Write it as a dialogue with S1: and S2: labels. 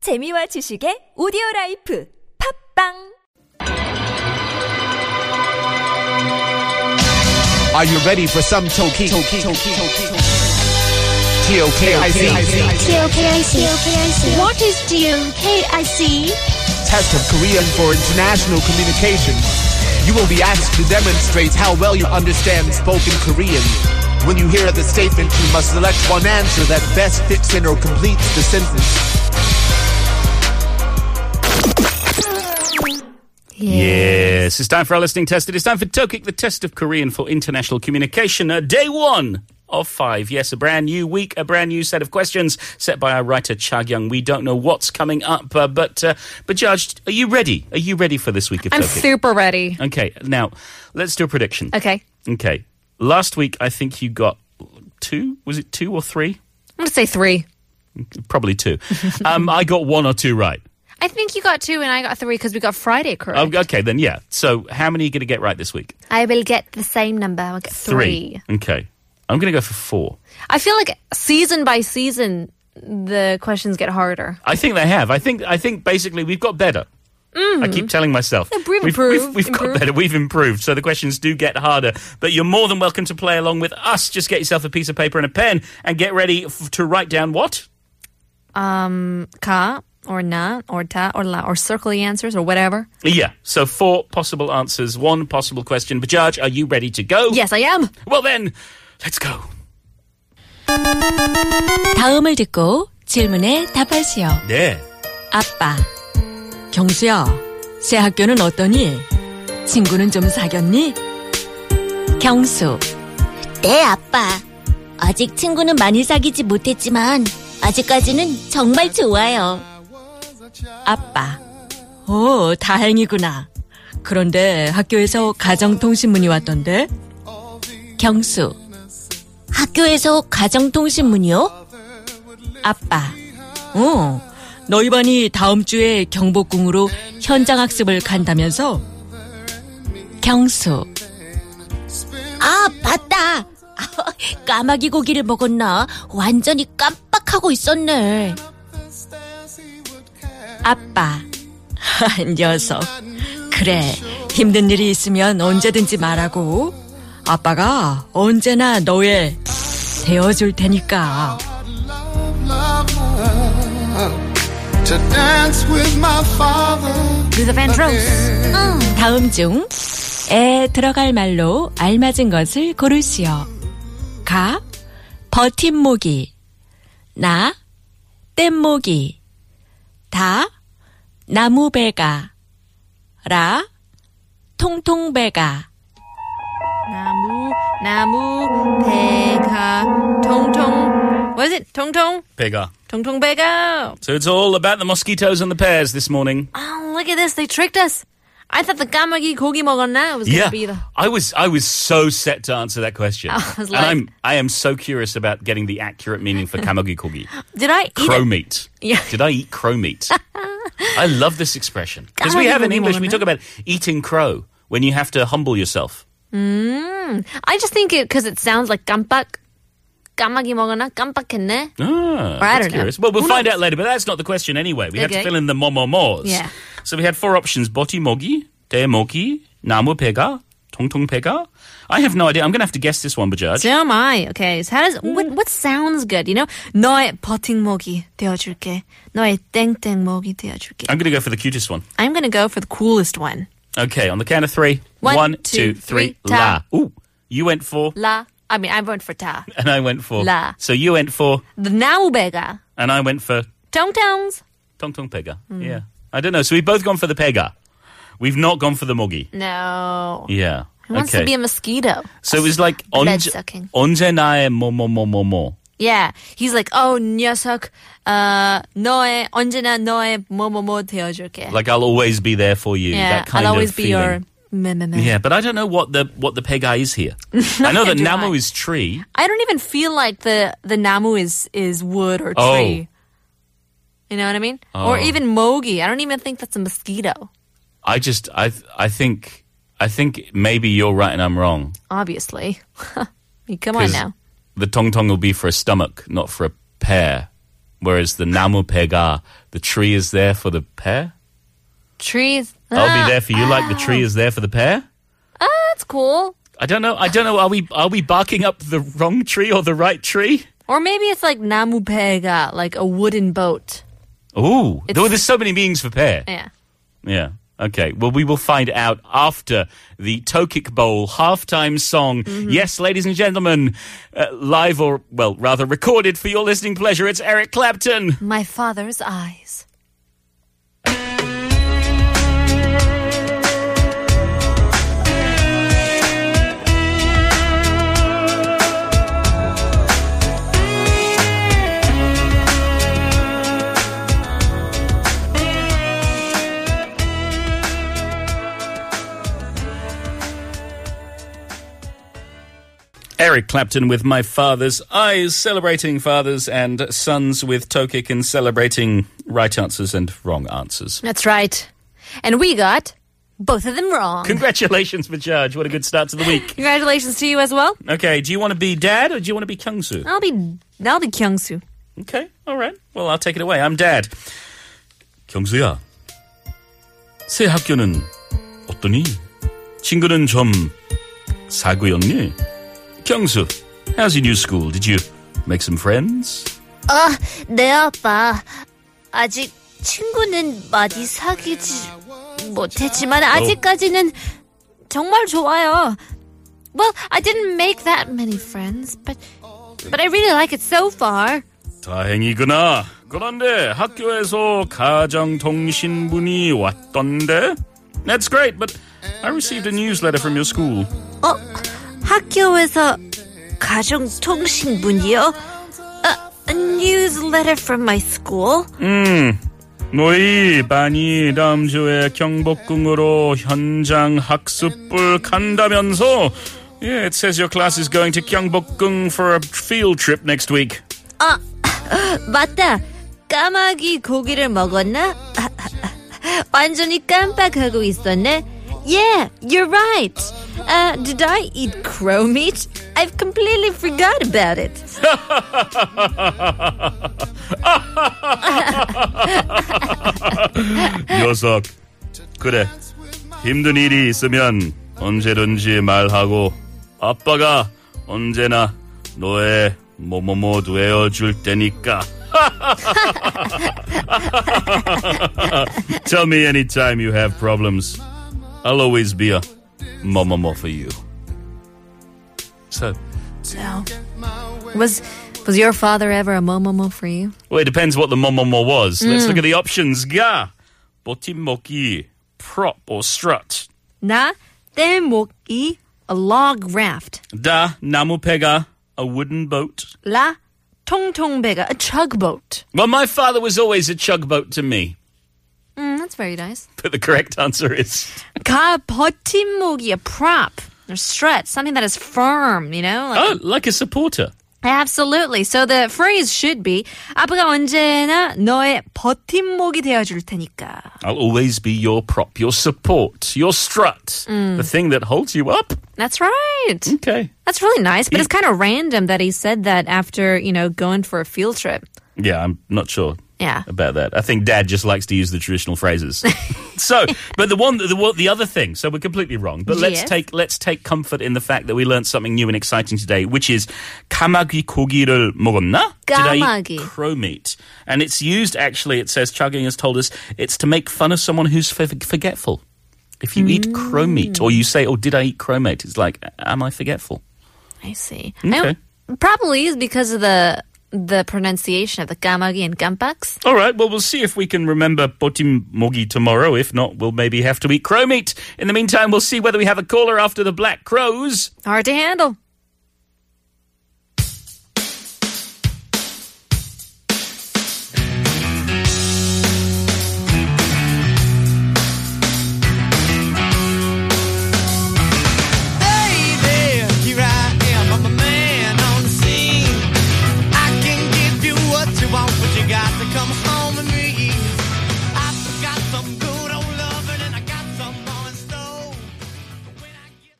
S1: 재미와 지식의 오디오 라이프 팝빵!
S2: Are you ready for some Toki? Toki, Toki, T-O-K-I-C.
S3: T-O-K-I-C. What is T-O-K-I-C?
S2: Test of Korean for International Communication. You will be asked to demonstrate how well you understand spoken Korean. When you hear the statement, you must select one answer that best fits in or completes the sentence.
S4: Yes, it's time for our listening test. It is time for Tokik, the test of Korean for international communication. Uh, day one of five. Yes, a brand new week, a brand new set of questions set by our writer Cha Young. We don't know what's coming up, uh, but uh, but judge, are you ready? Are you ready for this week of
S5: I'm
S4: Tokik?
S5: super ready.
S4: okay, now let's do a prediction.
S5: Okay.
S4: Okay. Last week, I think you got two. Was it two or three?
S5: I'm going to say three.
S4: Probably two. um, I got one or two right.
S5: I think you got two and I got three because we got Friday correct.
S4: Um, okay, then yeah. So, how many are you going to get right this week?
S5: I will get the same number. I'll get three.
S4: Okay. I'm going to go for four.
S5: I feel like season by season, the questions get harder.
S4: I think they have. I think I think basically we've got better. I keep telling myself
S5: Improve,
S4: we've, we've,
S5: improve,
S4: we've got
S5: improve.
S4: better. We've improved, so the questions do get harder. But you're more than welcome to play along with us. Just get yourself a piece of paper and a pen, and get ready f- to write down what
S5: Mm, Ka or na or ta or la or circle the answers or whatever.
S4: Yeah. So four possible answers, one possible question. But Judge, are you ready to go?
S5: Yes, I am.
S4: Well then, let's go.
S6: 다음을 듣고 질문에 답하시오.
S4: 네.
S6: 아빠. 경수야, 새 학교는 어떠니? 친구는 좀 사귀었니? 경수.
S3: 네, 아빠. 아직 친구는 많이 사귀지 못했지만 아직까지는 정말 좋아요.
S6: 아빠. 오, 다행이구나. 그런데 학교에서 가정통신문이 왔던데? 경수. 학교에서 가정통신문이요? 아빠. 어, 너희 반이 다음 주에 경복궁으로 현장학습을 간다면서? 경수.
S3: 아, 맞다. 까마귀 고기를 먹었나? 완전히 깜빡하고 있었네.
S6: 아빠. 녀석. 그래. 힘든 일이 있으면 언제든지 말하고. 아빠가 언제나 너의 되어줄 테니까.
S7: to dance with my father.
S5: Do the Van Rose.
S6: 다음 중 에 들어갈 말로 알맞은 것을 고르시오. 가 버팀목이 나 뗏목이 다 나무배가 라 통통배가
S5: Namu, namu, peka, tong tong. What is it? Tong tong?
S4: Bigger.
S5: Tong tong bega.
S4: So it's all about the mosquitoes and the pears this morning.
S5: Oh, look at this. They tricked us. I thought the gamagi kogi mogonna was going to be the.
S4: I was I was so set to answer that question.
S5: I was
S4: and
S5: like-
S4: I'm I am so curious about getting the accurate meaning for kamagu kogi.
S5: Did I eat it?
S4: crow meat.
S5: Yeah.
S4: Did I eat crow meat? I love this expression because we
S5: God,
S4: have in
S5: you
S4: English we
S5: woman.
S4: talk about eating crow when you have to humble yourself.
S5: I just think it because it sounds like 깜빡. 까마귀 먹었나? 깜빡했네.
S4: Ah,
S5: I
S4: that's
S5: don't know.
S4: curious. Well, we'll
S5: Who
S4: find
S5: knows?
S4: out later, but that's not the question anyway. We had to
S5: Okay.
S4: fill in the momomos.
S5: Yeah.
S4: So we had four options: botimogi, demogi, namupega, tongtongpega. I have no idea. I'm going to have to guess this one, Bajaj.
S5: So am I. Okay. So how does
S4: Hmm.
S5: what what sounds good? You know, 너의 버팅목이 되어줄게. 너의 땡땡목이 되어줄게.
S4: I'm going to go for the cutest one.
S5: I'm gonna go for the coolest one.
S4: Okay, on the count of three.
S5: One,
S4: One, two, three.
S5: two, three, ta.
S4: la. Ooh, you went for,
S5: La. I mean, I went for ta.
S4: and I went for.
S5: La.
S4: So you went for,
S5: The 나우베가.
S4: and I went for.
S5: 똥똥s.
S4: Tong Tong Pega.
S5: Hmm.
S4: Yeah. I don't know. So we've both gone for the Pega. We've not gone for the Moggy.
S5: No.
S4: Yeah.
S5: Who wants to be a mosquito?
S4: so it was like
S5: Blood
S4: onje-
S5: sucking.
S4: onje nae mo mo mo mo mo.
S5: Yeah. He's like, oh, 녀석, uh, 너의, 언제나 너의 뭐뭐뭐 되어줄게.
S4: Like I'll always be there for you.
S5: yeah.
S4: that kind
S5: I'll always
S4: of
S5: be
S4: feeling.
S5: your. meh-meh-meh.
S4: Yeah, but I don't know what the what the pega is here. I know that
S5: do
S4: Namu
S5: I.
S4: is tree.
S5: I don't even feel like the the namu is is wood or
S4: Oh.
S5: tree. You know what I mean? Or
S4: Oh.
S5: even mogi. I don't even think that's a mosquito.
S4: I just I I think I think maybe you're right and I'm wrong.
S5: Obviously. I mean, Come on
S4: 'cause
S5: now.
S4: The tong tong will be for a stomach, not for a pear. whereas the namu pega, the tree is there for the pear.
S5: Trees. ah,
S4: I'll be there for you, like the tree is there for the pear.
S5: That's cool.
S4: I don't know. I don't know. Are we are we barking up the wrong tree or the right tree?
S5: Or maybe it's like namu pega, like a wooden boat.
S4: Ooh,
S5: It's-
S4: There- there's so many meanings for pear.
S5: Yeah.
S4: Yeah. Okay. Well, we will find out after the Tokik Bowl halftime song.
S5: Mm-hmm.
S4: Yes, ladies and gentlemen, uh, live or, well, rather recorded for your listening pleasure. It's Eric Clapton.
S5: My father's eyes.
S4: Eric Clapton with My Father's Eyes, celebrating fathers and sons with Tokik and celebrating right answers and wrong answers.
S5: That's right. And we got both of them wrong.
S4: Congratulations, Bajaj. What a good start to the week.
S5: Congratulations to you as well.
S4: Okay, do you want to be dad or do you want to be Kyungsu?
S5: I'll be I'll be Kyungsu.
S4: Okay, all right. Well, I'll take it away. I'm dad. 경수야, 새 학교는 어떠니? 친구는 좀 사구였니? 경수, how's your new school? Did you make some friends?
S3: 아,
S5: 네,
S3: 내 아빠. 아직 친구는 많이 사귀지 못했지만 아직까지는
S5: 정말 좋아요. Well, I didn't make that many friends, but but I really like it so far.
S4: 다행이구나. 그런데 학교에서 가장 통신분이 왔던데? That's great, but I received a newsletter from your school.
S5: 어? 학교에서 가정통신문이요? 어, A, a newsletter from my school?
S4: 너희 반이 다음 주에 경복궁으로 현장 학습을 간다면서? Yeah, it says your class is going to 경복궁 for a field trip next week.
S5: 맞다. 까마귀 고기를 먹었나? 완전히 깜빡하고 있었네. Yeah, you're right. Uh, did I eat crow meat? I've completely forgot about it.
S4: 녀석, 그래. 힘든 일이 있으면 언제든지 말하고 아빠가 언제나 너의 뭐뭐뭐 되어줄 테니까. Tell me anytime you have problems. I'll always be a 뭐뭐뭐 for you. So,
S5: Was was your father ever a momomo for you?
S4: well, it depends what the 뭐뭐뭐 was. Let's look at the options. 가, 버팀목이, prop or strut.
S5: 나 떼목이 a log raft.
S4: Da namu pega, a wooden boat.
S5: 라 통통배가 a tugboat.
S4: Well, my father was always a chugboat to me,
S5: Mm, that's very nice.
S4: but the correct answer is
S5: 가 버팀목이 a prop or strut, something that is firm, you know? Like,
S4: oh, like a supporter.
S5: Absolutely. So the phrase should be 아빠가 언제나 너의 버팀목이 되어줄 테니까.
S4: I'll always be your prop, your support, your strut, the thing that holds you up.
S5: That's right.
S4: Okay.
S5: That's really nice, but it's kind of random that he said that after, you know, going for a field trip.
S4: Yeah, I'm not sure.
S5: Yeah.
S4: About that, I think Dad just likes to use the traditional phrases. so, but the one, the one- the other thing. So we're completely wrong. But let's
S5: Yes.
S4: take let's take comfort in the fact that we learned something new and exciting today, which is kamagi 고기를 먹었나? Did I eat
S5: 까마귀.
S4: crow meat? And it's used actually. It says chugging has told us it's to make fun of someone who's for- forgetful. If you eat crow meat, or you say, "Oh, did I eat crow meat?" It's like, "Am I forgetful?"
S5: I see.
S4: Okay.
S5: I, probably is because of the the pronunciation of the gamagi and gampax.
S4: All right, well, we'll see if we can remember Botimmogi tomorrow. If not, we'll maybe have to eat crow meat. In the meantime, we'll see whether we have a caller after the Black Crows.
S5: Hard to handle.